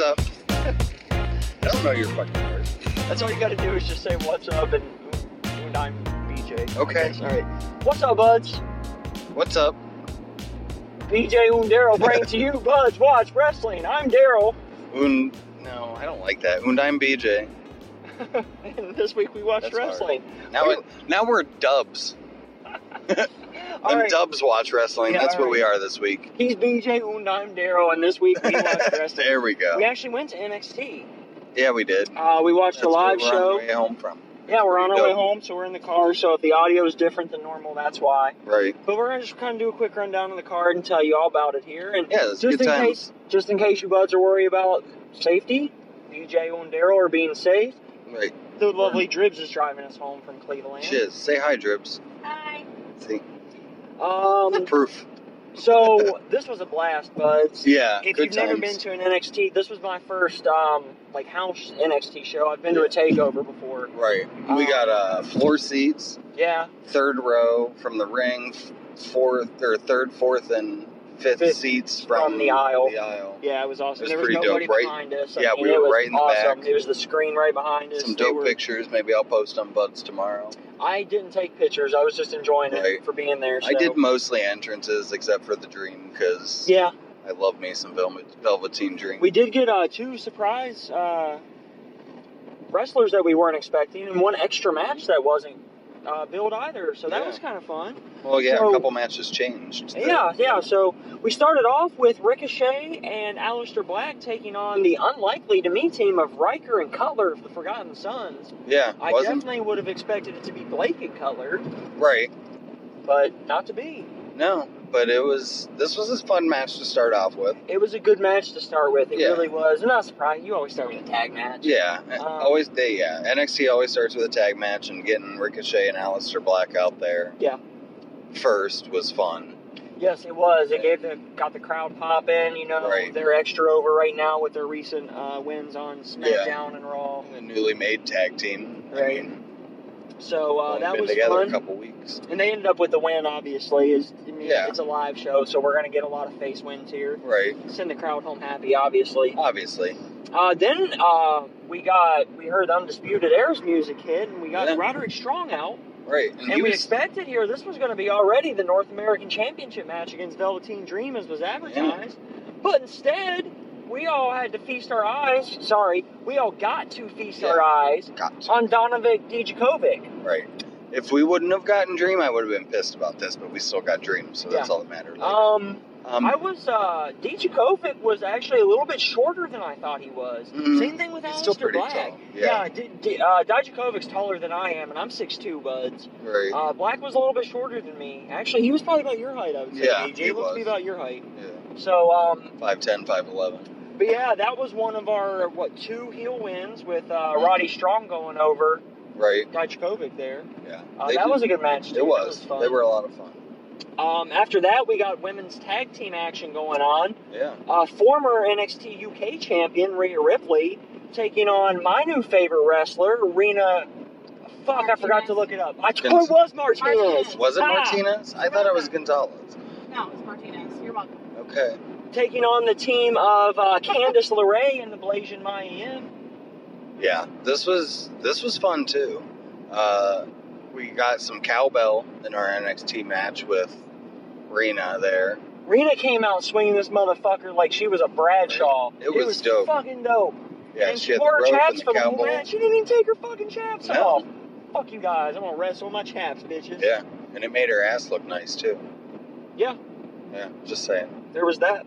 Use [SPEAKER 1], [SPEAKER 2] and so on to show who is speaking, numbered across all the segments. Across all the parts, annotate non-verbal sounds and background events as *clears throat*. [SPEAKER 1] *laughs*
[SPEAKER 2] up? I don't know your fucking words.
[SPEAKER 1] That's all you gotta do is just say what's up and, and I'm BJ. I
[SPEAKER 2] Okay.
[SPEAKER 1] guess. All right. What's up, buds?
[SPEAKER 2] What's up?
[SPEAKER 1] BJ and
[SPEAKER 2] *laughs*
[SPEAKER 1] Daryl bring to you Buds Watch Wrestling. I'm Daryl.
[SPEAKER 2] Un. No, I don't like that. Und I'm BJ.
[SPEAKER 1] and this week we watched
[SPEAKER 2] That's hard.
[SPEAKER 1] wrestling.
[SPEAKER 2] Now,
[SPEAKER 1] We-
[SPEAKER 2] it, now we're dubs.
[SPEAKER 1] All
[SPEAKER 2] Them
[SPEAKER 1] right.
[SPEAKER 2] dubs watch wrestling.
[SPEAKER 1] Yeah,
[SPEAKER 2] That's
[SPEAKER 1] all
[SPEAKER 2] what we are this week.
[SPEAKER 1] He's BJ and I'm Daryl, and this week
[SPEAKER 2] *laughs*
[SPEAKER 1] we watched wrestling.
[SPEAKER 2] There we go.
[SPEAKER 1] We actually went to NXT.
[SPEAKER 2] Yeah, we did.
[SPEAKER 1] Uh, we watched
[SPEAKER 2] That's
[SPEAKER 1] a
[SPEAKER 2] where
[SPEAKER 1] live
[SPEAKER 2] we're on the
[SPEAKER 1] show.
[SPEAKER 2] way home from.
[SPEAKER 1] Yeah, we're on our
[SPEAKER 2] Dope.
[SPEAKER 1] way home, so we're in the car. So if the audio is different than normal, that's why.
[SPEAKER 2] Right.
[SPEAKER 1] But we're gonna just kind of do a quick rundown of the card and tell you all about it here. And
[SPEAKER 2] Yeah, it's
[SPEAKER 1] just
[SPEAKER 2] good
[SPEAKER 1] in
[SPEAKER 2] times.
[SPEAKER 1] case, just in case you buds are worried about safety, DJ and Daryl are being safe.
[SPEAKER 2] Right.
[SPEAKER 1] The lovely Dribs is driving us home from Cleveland.
[SPEAKER 2] Shiz. Say hi, Drips. Hi. See. *laughs*
[SPEAKER 1] Um.
[SPEAKER 2] Proof.
[SPEAKER 1] So this was a blast, buds.
[SPEAKER 2] Yeah.
[SPEAKER 1] If
[SPEAKER 2] good
[SPEAKER 1] you've
[SPEAKER 2] times.
[SPEAKER 1] never been to an NXT, this was my first um like house NXT show. I've been to a takeover before.
[SPEAKER 2] Right.
[SPEAKER 1] Um,
[SPEAKER 2] we got uh, floor seats,
[SPEAKER 1] Yeah.
[SPEAKER 2] third row from the ring, f- fourth or third, fourth, and fifth,
[SPEAKER 1] Fifth
[SPEAKER 2] seats from,
[SPEAKER 1] from the aisle.
[SPEAKER 2] The aisle.
[SPEAKER 1] Yeah, it was awesome.
[SPEAKER 2] It was
[SPEAKER 1] there was
[SPEAKER 2] pretty
[SPEAKER 1] nobody
[SPEAKER 2] dope, right?
[SPEAKER 1] behind us. I
[SPEAKER 2] Yeah,
[SPEAKER 1] mean,
[SPEAKER 2] we
[SPEAKER 1] it
[SPEAKER 2] were
[SPEAKER 1] was
[SPEAKER 2] right in the
[SPEAKER 1] awesome.
[SPEAKER 2] back.
[SPEAKER 1] It was the screen right behind us.
[SPEAKER 2] Some
[SPEAKER 1] They
[SPEAKER 2] dope
[SPEAKER 1] were-
[SPEAKER 2] pictures. Maybe I'll post on Buds tomorrow.
[SPEAKER 1] I didn't take pictures. I was just enjoying
[SPEAKER 2] Right.
[SPEAKER 1] it for being there. So.
[SPEAKER 2] I did mostly entrances except for the Dream because
[SPEAKER 1] Yeah,
[SPEAKER 2] I love me some Velvet, Velveteen Dream.
[SPEAKER 1] we did get uh, two surprise uh, wrestlers that we weren't expecting, and one extra match that wasn't uh, billed either. So that
[SPEAKER 2] Yeah.
[SPEAKER 1] was kind of fun.
[SPEAKER 2] well, yeah,
[SPEAKER 1] so-
[SPEAKER 2] a couple matches changed.
[SPEAKER 1] Yeah, yeah. So we started off with Ricochet and Aleister Black taking on the unlikely to me team of Riker and Cutler of the Forgotten Sons.
[SPEAKER 2] Yeah,
[SPEAKER 1] I
[SPEAKER 2] wasn't
[SPEAKER 1] definitely would have expected it to be Blake and Cutler,
[SPEAKER 2] right.
[SPEAKER 1] but not to be.
[SPEAKER 2] No, but it was. This was a fun match to start off with.
[SPEAKER 1] It was a good match to start with. It
[SPEAKER 2] Yeah.
[SPEAKER 1] really was. I'm not surprised. You always start with a tag match.
[SPEAKER 2] Yeah,
[SPEAKER 1] Um,
[SPEAKER 2] always they yeah. NXT always starts with a tag match, and getting Ricochet and Aleister Black out there.
[SPEAKER 1] Yeah.
[SPEAKER 2] First was fun.
[SPEAKER 1] Yes, it was. It
[SPEAKER 2] Yeah.
[SPEAKER 1] gave the got the crowd popping. You know,
[SPEAKER 2] Right.
[SPEAKER 1] they're extra over right now with their recent uh, wins on SmackDown and Raw.
[SPEAKER 2] The newly made tag team.
[SPEAKER 1] Right.
[SPEAKER 2] I mean,
[SPEAKER 1] So uh,
[SPEAKER 2] only
[SPEAKER 1] that
[SPEAKER 2] been
[SPEAKER 1] was
[SPEAKER 2] together
[SPEAKER 1] fun.
[SPEAKER 2] a couple weeks.
[SPEAKER 1] and they ended up with the win. Obviously, is I mean,
[SPEAKER 2] Yeah.
[SPEAKER 1] it's a live show, so we're gonna get a lot of face wins here.
[SPEAKER 2] Right.
[SPEAKER 1] Send the crowd home happy, obviously.
[SPEAKER 2] Obviously.
[SPEAKER 1] Uh, then uh, we got we heard Undisputed Air's music hit, and we got
[SPEAKER 2] Yeah.
[SPEAKER 1] Roderick Strong out.
[SPEAKER 2] Right. And, he
[SPEAKER 1] And we
[SPEAKER 2] was,
[SPEAKER 1] expected here this was going to be already the North American Championship match against Velveteen Dream as was advertised. But instead, we all had to feast our eyes. Sorry, we all got to feast our
[SPEAKER 2] Yeah.
[SPEAKER 1] eyes
[SPEAKER 2] got to-
[SPEAKER 1] on Donovan Dijakovic.
[SPEAKER 2] right. If we wouldn't have gotten Dream, I would have been pissed about this, but we still got Dream, so that's
[SPEAKER 1] Yeah.
[SPEAKER 2] all that mattered.
[SPEAKER 1] Um,
[SPEAKER 2] um,
[SPEAKER 1] I was uh, Dijakovic was actually a little bit shorter than I thought he was.
[SPEAKER 2] Mhm.
[SPEAKER 1] Same thing with
[SPEAKER 2] He's still
[SPEAKER 1] Aleister
[SPEAKER 2] pretty
[SPEAKER 1] Black.
[SPEAKER 2] tall.
[SPEAKER 1] Yeah,
[SPEAKER 2] Yeah.
[SPEAKER 1] D- D- uh, Dijakovic's taller than I am, and I'm 6'2", buds.
[SPEAKER 2] right.
[SPEAKER 1] Uh, Black was a little bit shorter than me. Actually, he was probably about your height, I would say.
[SPEAKER 2] Yeah,
[SPEAKER 1] AJ
[SPEAKER 2] he
[SPEAKER 1] looks to be
[SPEAKER 2] was.
[SPEAKER 1] about your height.
[SPEAKER 2] yeah.
[SPEAKER 1] So, um,
[SPEAKER 2] 5'10", 5'11".
[SPEAKER 1] But yeah, that was one of our what two heel wins with uh,
[SPEAKER 2] Mm-hmm.
[SPEAKER 1] Roddy Strong going over
[SPEAKER 2] Right.
[SPEAKER 1] Dijakovic there.
[SPEAKER 2] Yeah.
[SPEAKER 1] Uh,
[SPEAKER 2] They
[SPEAKER 1] that
[SPEAKER 2] did-
[SPEAKER 1] was a good match. Too.
[SPEAKER 2] It
[SPEAKER 1] That
[SPEAKER 2] was.
[SPEAKER 1] fun.
[SPEAKER 2] They were a lot of fun.
[SPEAKER 1] Um, after that, we got women's tag team action going on.
[SPEAKER 2] Yeah.
[SPEAKER 1] Uh, former NXT UK champion Rhea Ripley taking on my new favorite wrestler Rena. Fuck, I forgot to look it up. I oh, it was Martinez.
[SPEAKER 3] Martinez.
[SPEAKER 2] Was it
[SPEAKER 1] Ah.
[SPEAKER 2] Martinez? I thought it was Gonzalez.
[SPEAKER 3] No, it's Martinez. You're welcome.
[SPEAKER 2] Okay.
[SPEAKER 1] Taking on the team of uh, Candice LeRae and the Blasian Mayhem.
[SPEAKER 2] Yeah, this was this was fun too. Uh, we got some cowbell in our NXT match with Rena there.
[SPEAKER 1] Rena came out swinging this motherfucker like she was a Bradshaw.
[SPEAKER 2] It was dope.
[SPEAKER 1] fucking dope.
[SPEAKER 2] Yeah,
[SPEAKER 1] and
[SPEAKER 2] she had the
[SPEAKER 1] wore her
[SPEAKER 2] rope
[SPEAKER 1] chaps
[SPEAKER 2] and the
[SPEAKER 1] for the whole
[SPEAKER 2] cowbell.
[SPEAKER 1] match. She didn't even take her fucking chaps
[SPEAKER 2] No.
[SPEAKER 1] off. Fuck you guys. I'm gonna wrestle with my chaps, bitches.
[SPEAKER 2] Yeah, and it made her ass look nice too.
[SPEAKER 1] Yeah.
[SPEAKER 2] Yeah, just saying.
[SPEAKER 1] There was that.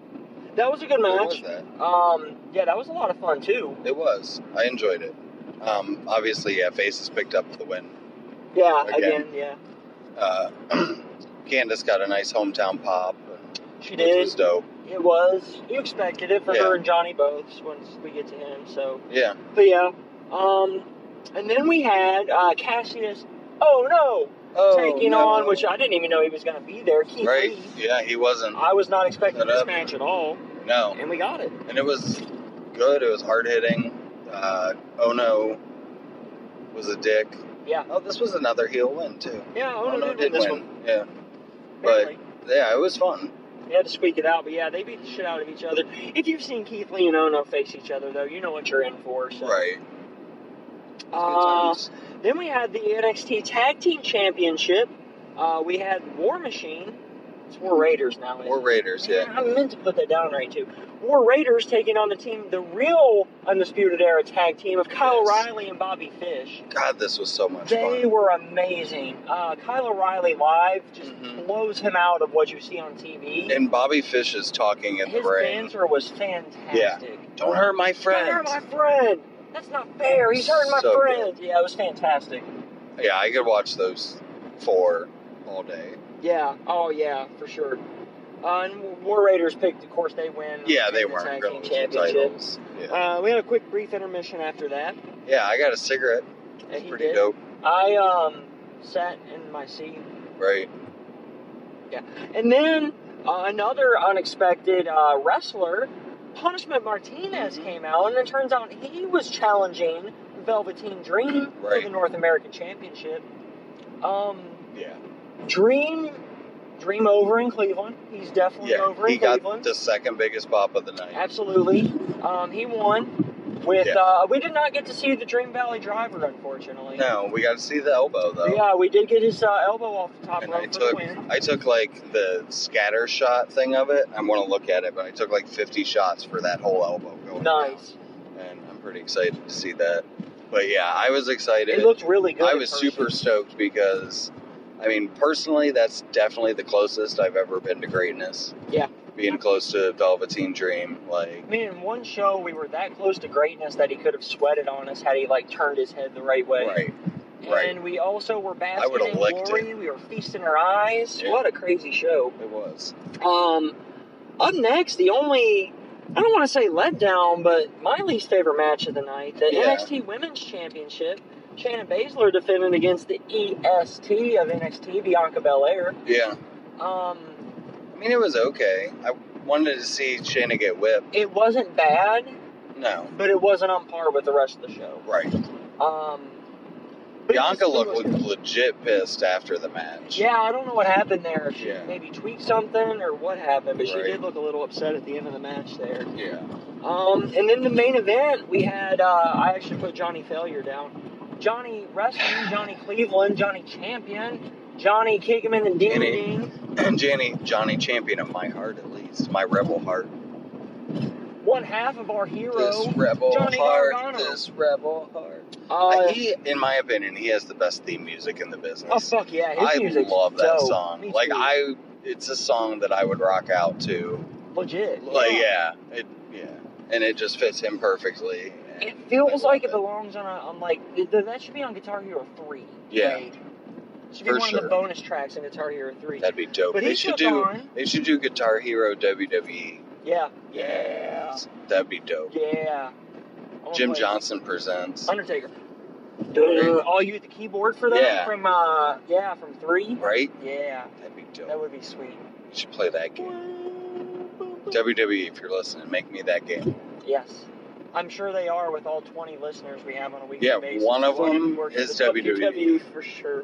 [SPEAKER 1] That was a good
[SPEAKER 2] It was
[SPEAKER 1] match.
[SPEAKER 2] that.
[SPEAKER 1] Um, yeah, that was a lot of fun too.
[SPEAKER 2] It was. I enjoyed it. Um, obviously, yeah, Faces picked up the win.
[SPEAKER 1] Yeah,
[SPEAKER 2] Again.
[SPEAKER 1] again, yeah.
[SPEAKER 2] Uh, *clears throat* Candace got a nice hometown pop,
[SPEAKER 1] She
[SPEAKER 2] which
[SPEAKER 1] did.
[SPEAKER 2] was dope.
[SPEAKER 1] It was. You expected it for
[SPEAKER 2] Yeah.
[SPEAKER 1] her and Johnny both once we get to him. So,
[SPEAKER 2] Yeah,
[SPEAKER 1] but yeah. Um, and then we had uh, Cassius. Oh no! taking
[SPEAKER 2] Oh,
[SPEAKER 1] on, which I didn't even know he was going to be there. Keith
[SPEAKER 2] right?
[SPEAKER 1] Lee.
[SPEAKER 2] Yeah, he wasn't.
[SPEAKER 1] I was not expecting
[SPEAKER 2] Shut
[SPEAKER 1] this
[SPEAKER 2] up.
[SPEAKER 1] match at all,
[SPEAKER 2] No,
[SPEAKER 1] and we got it.
[SPEAKER 2] and it was good. It was hard hitting. Uh, Ono was a dick.
[SPEAKER 1] Yeah.
[SPEAKER 2] Oh, this was another heel win too.
[SPEAKER 1] Yeah, Ono did win this one.
[SPEAKER 2] Yeah,
[SPEAKER 1] Barely.
[SPEAKER 2] yeah, it was fun.
[SPEAKER 1] They had to squeak it out, but yeah, they beat the shit out of each other. If you've seen Keith Lee and Ono face each other, though, you know what you're in for. So.
[SPEAKER 2] Right.
[SPEAKER 1] Uh, then we had the NXT Tag Team Championship. Uh, we had War Machine. It's War Raiders now. isn't
[SPEAKER 2] We're
[SPEAKER 1] it?
[SPEAKER 2] Raiders, yeah.
[SPEAKER 1] I meant to put that down right too. War Raiders taking on the team, the real Undisputed Era tag team of Kyle
[SPEAKER 2] Yes.
[SPEAKER 1] O'Reilly and Bobby Fish.
[SPEAKER 2] God, this was so much
[SPEAKER 1] They
[SPEAKER 2] fun.
[SPEAKER 1] were amazing. Uh, Kyle O'Reilly live just
[SPEAKER 2] Mhm.
[SPEAKER 1] blows him out of what you see on TV.
[SPEAKER 2] And Bobby Fish is talking in
[SPEAKER 1] His
[SPEAKER 2] the ring.
[SPEAKER 1] banter was fantastic.
[SPEAKER 2] Don't hurt my
[SPEAKER 1] Don't
[SPEAKER 2] friend.
[SPEAKER 1] hurt my friend. That's not fair. He's hurting my
[SPEAKER 2] So
[SPEAKER 1] friend. Yeah, it was fantastic.
[SPEAKER 2] Yeah, I could watch those four all day.
[SPEAKER 1] Yeah. Oh yeah, for sure. Uh, and War Raiders picked. Of course, they win.
[SPEAKER 2] Yeah, they
[SPEAKER 1] the
[SPEAKER 2] weren't
[SPEAKER 1] tag team
[SPEAKER 2] going to lose the
[SPEAKER 1] championship.
[SPEAKER 2] titles. Yeah.
[SPEAKER 1] Uh, we had a quick brief intermission after that.
[SPEAKER 2] yeah, I got a cigarette.
[SPEAKER 1] Yeah,
[SPEAKER 2] It's
[SPEAKER 1] he
[SPEAKER 2] pretty
[SPEAKER 1] did.
[SPEAKER 2] dope,
[SPEAKER 1] I um sat in my seat,
[SPEAKER 2] right?
[SPEAKER 1] and then uh, another unexpected uh, wrestler, Punishment Martinez,
[SPEAKER 2] Mhm.
[SPEAKER 1] came out, and it turns out he was challenging Velveteen Dream for
[SPEAKER 2] Right.
[SPEAKER 1] the North American Championship. Um,
[SPEAKER 2] Yeah.
[SPEAKER 1] Dream, Dream over in Cleveland. He's definitely
[SPEAKER 2] Yeah.
[SPEAKER 1] over in
[SPEAKER 2] He
[SPEAKER 1] Cleveland.
[SPEAKER 2] got the second biggest pop of the night.
[SPEAKER 1] Absolutely. Um, he won with.
[SPEAKER 2] Yeah.
[SPEAKER 1] Uh, we did not get to see the Dream Valley driver, unfortunately.
[SPEAKER 2] No, we got to see the elbow though.
[SPEAKER 1] Yeah, we did get his uh, elbow off the top
[SPEAKER 2] And I
[SPEAKER 1] rope for the
[SPEAKER 2] took
[SPEAKER 1] win.
[SPEAKER 2] I took like the scatter shot thing of it. I'm gonna look at it, but I took like 50 shots for that whole elbow going.
[SPEAKER 1] Nice.
[SPEAKER 2] around, And I'm pretty excited to see that. But yeah, I was excited.
[SPEAKER 1] It looked really good.
[SPEAKER 2] I
[SPEAKER 1] in
[SPEAKER 2] was
[SPEAKER 1] person.
[SPEAKER 2] super stoked because, I mean, personally, that's definitely the closest I've ever been to greatness.
[SPEAKER 1] Yeah.
[SPEAKER 2] Being close to Velveteen Dream, like,
[SPEAKER 1] I mean, in one show, we were that close to greatness that he could have sweated on us had he like turned his head the right way.
[SPEAKER 2] right. right.
[SPEAKER 1] And we also were basking
[SPEAKER 2] would've
[SPEAKER 1] in
[SPEAKER 2] licked
[SPEAKER 1] glory. We were feasting our eyes.
[SPEAKER 2] Yeah.
[SPEAKER 1] What a crazy show!
[SPEAKER 2] It was.
[SPEAKER 1] Um, up next, the only I don't want to say letdown, but my least favorite match of the night, the
[SPEAKER 2] Yeah.
[SPEAKER 1] NXT Women's Championship. Shannon Baszler defending against the EST of NXT, Bianca Belair.
[SPEAKER 2] Yeah.
[SPEAKER 1] Um,
[SPEAKER 2] I mean, it was okay. I wanted to see Shayna get whipped.
[SPEAKER 1] it wasn't bad,
[SPEAKER 2] No.
[SPEAKER 1] but it wasn't on par with the rest of the show.
[SPEAKER 2] Right.
[SPEAKER 1] Um, but it
[SPEAKER 2] Bianca
[SPEAKER 1] just-
[SPEAKER 2] looked legit pissed after the match.
[SPEAKER 1] Yeah, I don't know what happened there. If she
[SPEAKER 2] Yeah.
[SPEAKER 1] maybe tweaked something or what happened, but she
[SPEAKER 2] Right.
[SPEAKER 1] did look a little upset at the end of the match there.
[SPEAKER 2] Yeah.
[SPEAKER 1] Um, and then the main event, we had uh, I actually put Johnny Failure down. Johnny
[SPEAKER 2] *sighs*
[SPEAKER 1] Wrestling, Johnny Cleveland, Johnny Champion, Johnny Kick him in the Ding
[SPEAKER 2] Any-
[SPEAKER 1] Ding.
[SPEAKER 2] And Johnny, Johnny Champion of my heart, at least. My rebel heart.
[SPEAKER 1] One half of our hero.
[SPEAKER 2] This rebel
[SPEAKER 1] Johnny
[SPEAKER 2] heart.
[SPEAKER 1] Gargano.
[SPEAKER 2] This rebel heart.
[SPEAKER 1] uh,
[SPEAKER 2] he, in my opinion, he has the best theme music in the business.
[SPEAKER 1] oh fuck yeah, his
[SPEAKER 2] I
[SPEAKER 1] music's
[SPEAKER 2] love that
[SPEAKER 1] dope.
[SPEAKER 2] song.
[SPEAKER 1] Me
[SPEAKER 2] Like
[SPEAKER 1] too.
[SPEAKER 2] I, it's a song that I would rock out to.
[SPEAKER 1] legit.
[SPEAKER 2] Like yeah, it yeah, and it just fits him perfectly.
[SPEAKER 1] It feels
[SPEAKER 2] I love
[SPEAKER 1] like it
[SPEAKER 2] it.
[SPEAKER 1] belongs on a on like th- th- that should be on Guitar Hero three.
[SPEAKER 2] Yeah.
[SPEAKER 1] Like, should be
[SPEAKER 2] For
[SPEAKER 1] one of the
[SPEAKER 2] sure.
[SPEAKER 1] bonus tracks in Guitar Hero three.
[SPEAKER 2] That'd be dope.
[SPEAKER 1] but
[SPEAKER 2] they
[SPEAKER 1] he
[SPEAKER 2] should
[SPEAKER 1] took
[SPEAKER 2] do.
[SPEAKER 1] on
[SPEAKER 2] They should do Guitar Hero WWE.
[SPEAKER 1] yeah yeah
[SPEAKER 2] Yes, that'd be dope.
[SPEAKER 1] yeah. I wanna
[SPEAKER 2] Jim
[SPEAKER 1] play-
[SPEAKER 2] Johnson presents.
[SPEAKER 1] Undertaker. Duh, all you at the keyboard for that?
[SPEAKER 2] Yeah.
[SPEAKER 1] From uh yeah, from three?
[SPEAKER 2] Right?
[SPEAKER 1] Yeah.
[SPEAKER 2] That'd be
[SPEAKER 1] That
[SPEAKER 2] dope.
[SPEAKER 1] would be sweet.
[SPEAKER 2] You should play that game. WWE, if you're listening, make me that game.
[SPEAKER 1] Yes. I'm sure they are with all 20 listeners we have on a weekly
[SPEAKER 2] Yeah,
[SPEAKER 1] basis.
[SPEAKER 2] one of
[SPEAKER 1] We're gonna be
[SPEAKER 2] them
[SPEAKER 1] working
[SPEAKER 2] is E.
[SPEAKER 1] with
[SPEAKER 2] WWE.
[SPEAKER 1] WWE E for sure.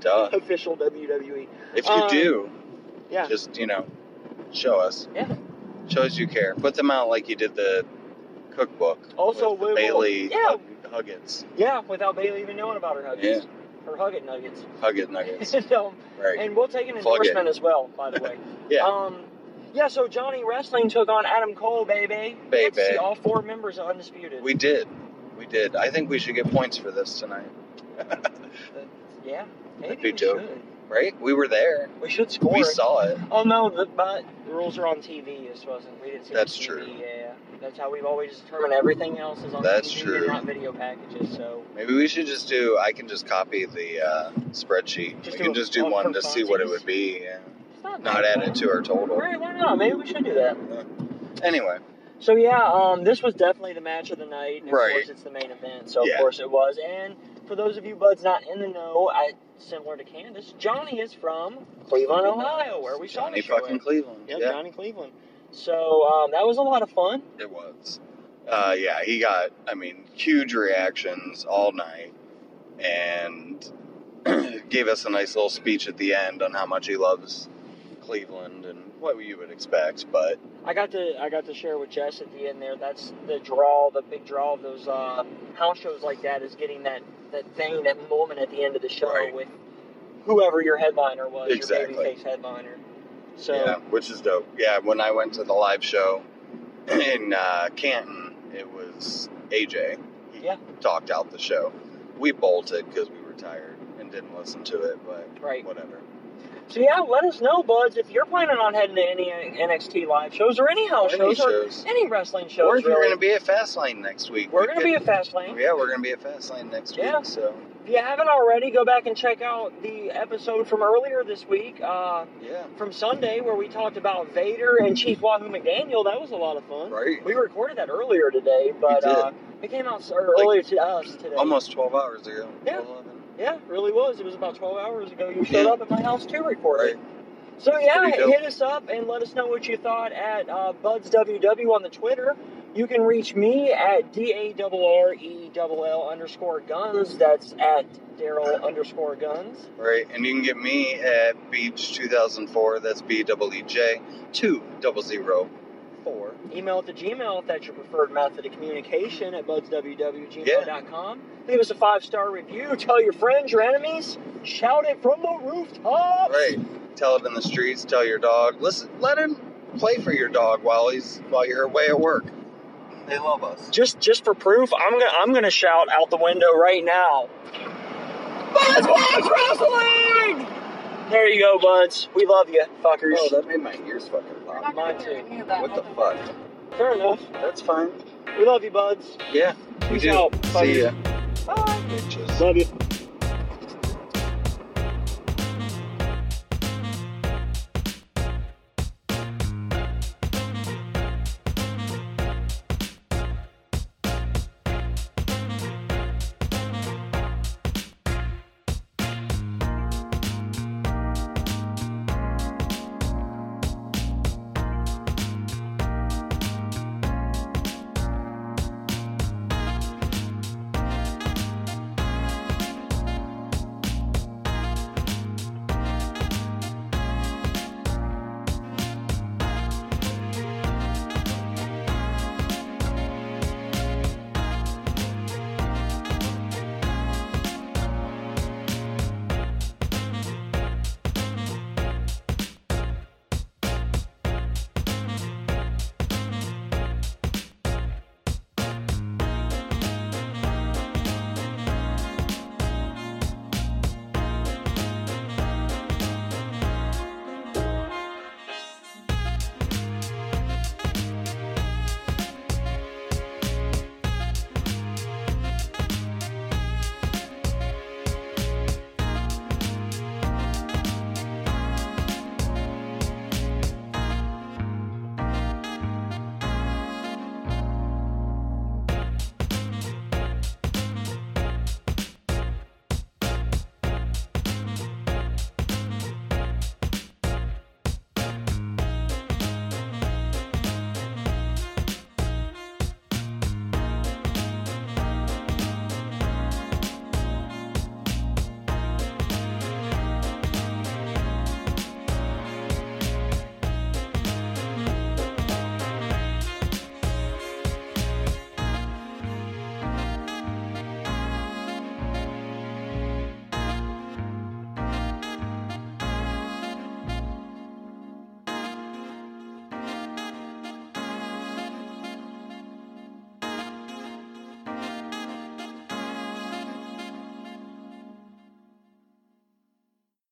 [SPEAKER 2] Duh.
[SPEAKER 1] Official WWE.
[SPEAKER 2] If you
[SPEAKER 1] Um,
[SPEAKER 2] do,
[SPEAKER 1] Yeah.
[SPEAKER 2] just you know, show us.
[SPEAKER 1] Yeah.
[SPEAKER 2] Show us you care. Put them out like you did the cookbook.
[SPEAKER 1] Also,
[SPEAKER 2] with the
[SPEAKER 1] we will-
[SPEAKER 2] Bailey
[SPEAKER 1] yeah.
[SPEAKER 2] hug, Huggets,
[SPEAKER 1] Yeah, without Bailey even knowing about her nuggets. Her Hugget Nuggets. *laughs*
[SPEAKER 2] Hugget Nuggets,
[SPEAKER 1] and, um,
[SPEAKER 2] right?
[SPEAKER 1] and we'll take an
[SPEAKER 2] Plug it.
[SPEAKER 1] endorsement as well, by the way.
[SPEAKER 2] *laughs* Yeah.
[SPEAKER 1] Um, yeah, so Johnny Wrestling took on Adam Cole, baby. We got to
[SPEAKER 2] Baby.
[SPEAKER 1] See all four members of Undisputed.
[SPEAKER 2] we did, we did. I think we should get points for this tonight,
[SPEAKER 1] Yeah, maybe
[SPEAKER 2] be
[SPEAKER 1] we
[SPEAKER 2] dope.
[SPEAKER 1] should.
[SPEAKER 2] right? We were there.
[SPEAKER 1] We should score.
[SPEAKER 2] We
[SPEAKER 1] it.
[SPEAKER 2] saw it.
[SPEAKER 1] oh no, the, but the rules are on TV. This wasn't. We didn't see. it on
[SPEAKER 2] That's
[SPEAKER 1] TV,
[SPEAKER 2] true.
[SPEAKER 1] Yeah, that's how we've always determined everything else is on
[SPEAKER 2] That's
[SPEAKER 1] TV
[SPEAKER 2] true.
[SPEAKER 1] and not video packages. So
[SPEAKER 2] Maybe we should just do. I can just copy the uh, spreadsheet.
[SPEAKER 1] Just do
[SPEAKER 2] we can
[SPEAKER 1] a-
[SPEAKER 2] just do
[SPEAKER 1] all
[SPEAKER 2] one
[SPEAKER 1] from
[SPEAKER 2] to see what it
[SPEAKER 1] Fonzie's?
[SPEAKER 2] would be. Yeah.
[SPEAKER 1] it's not.
[SPEAKER 2] Not
[SPEAKER 1] bad.
[SPEAKER 2] add it to our total.
[SPEAKER 1] Right? Why not? Maybe we should do that.
[SPEAKER 2] Anyway,
[SPEAKER 1] So yeah, um, this was definitely the match of the night. And Of
[SPEAKER 2] Right.
[SPEAKER 1] course, it's the main event, so of
[SPEAKER 2] Yeah.
[SPEAKER 1] course it was. And for those of you buds not in the know, I similar to Candace, Johnny is from Cleveland, Ohio, where we saw
[SPEAKER 2] Johnny
[SPEAKER 1] the show.
[SPEAKER 2] fucking
[SPEAKER 1] at.
[SPEAKER 2] Cleveland.
[SPEAKER 1] Yep, Johnny Cleveland. So um, that was a lot of fun.
[SPEAKER 2] It was. Uh, yeah, he got, I mean, huge reactions all night *clears throat* and gave us a nice little speech at the end on how much he loves Cleveland and what you would expect, but
[SPEAKER 1] I got to I got to share with Jess at the end there. That's the draw, the big draw of those uh, house shows like that is getting that that thing, that moment at the end of the show
[SPEAKER 2] Right.
[SPEAKER 1] with whoever your headliner was,
[SPEAKER 2] Exactly.
[SPEAKER 1] your babyface headliner. So
[SPEAKER 2] yeah, which is dope. Yeah, when I went to the live show *clears throat* in uh, Canton, it was AJ. He
[SPEAKER 1] Yeah.
[SPEAKER 2] talked out the show. We bolted because we were tired and didn't listen to it, but
[SPEAKER 1] right.
[SPEAKER 2] whatever.
[SPEAKER 1] So yeah, let us know, buds, if you're planning on heading to any uh, NXT live shows or any house
[SPEAKER 2] Any
[SPEAKER 1] Oh, shows or
[SPEAKER 2] shows.
[SPEAKER 1] any wrestling shows.
[SPEAKER 2] Or if you're
[SPEAKER 1] really.
[SPEAKER 2] going to be at Fastlane next week,
[SPEAKER 1] we're
[SPEAKER 2] we
[SPEAKER 1] going to
[SPEAKER 2] could-
[SPEAKER 1] be at Fastlane.
[SPEAKER 2] Yeah, we're gonna be at Fastlane next week.
[SPEAKER 1] Yeah.
[SPEAKER 2] So
[SPEAKER 1] If you haven't already, go back and check out the episode from earlier this week, uh,
[SPEAKER 2] yeah,
[SPEAKER 1] from Sunday, where we talked about Vader and Chief Wahoo McDaniel. That was a lot of fun.
[SPEAKER 2] Mm-hmm. right.
[SPEAKER 1] We recorded that earlier today, but
[SPEAKER 2] We did.
[SPEAKER 1] Uh, it came out s- or
[SPEAKER 2] Like,
[SPEAKER 1] earlier to us today.
[SPEAKER 2] Almost 12 hours ago.
[SPEAKER 1] Yeah.
[SPEAKER 2] 11.
[SPEAKER 1] Yeah, it really was. It was about 12 hours ago. You showed
[SPEAKER 2] Yeah.
[SPEAKER 1] up at my house to record
[SPEAKER 2] Right.
[SPEAKER 1] it. So yeah,
[SPEAKER 2] pretty dope.
[SPEAKER 1] hit us up and let us know what you thought at uh, BudsWW on the Twitter. You can reach me at D A R E L underscore guns. That's at Daryl underscore guns.
[SPEAKER 2] Right. And you can get me at Beach 2004. That's B double E J two double zero four.
[SPEAKER 1] Email at the Gmail if that's your preferred method of communication at budswwgmail.com. Leave us a five star review. Tell your friends, your enemies. Shout it from the rooftops.
[SPEAKER 2] Right. Tell it in the streets. Tell your dog. Listen. Let him play for your dog while he's while you're away at work. They love us.
[SPEAKER 1] just just for proof, I'm gonna I'm gonna shout out the window right now. Buds Buds Wrestling! There you go, Buds. We love you, fuckers.
[SPEAKER 2] Oh, that made my ears fucking pop.
[SPEAKER 1] Mine too.
[SPEAKER 2] What the fuck?
[SPEAKER 1] Fair enough.
[SPEAKER 2] That's fine.
[SPEAKER 1] We love you, Buds.
[SPEAKER 2] Yeah. We
[SPEAKER 1] Peace
[SPEAKER 2] do.
[SPEAKER 1] out,
[SPEAKER 2] See
[SPEAKER 1] buddy.
[SPEAKER 2] ya.
[SPEAKER 1] Bye.
[SPEAKER 2] Bitches.
[SPEAKER 1] Love you.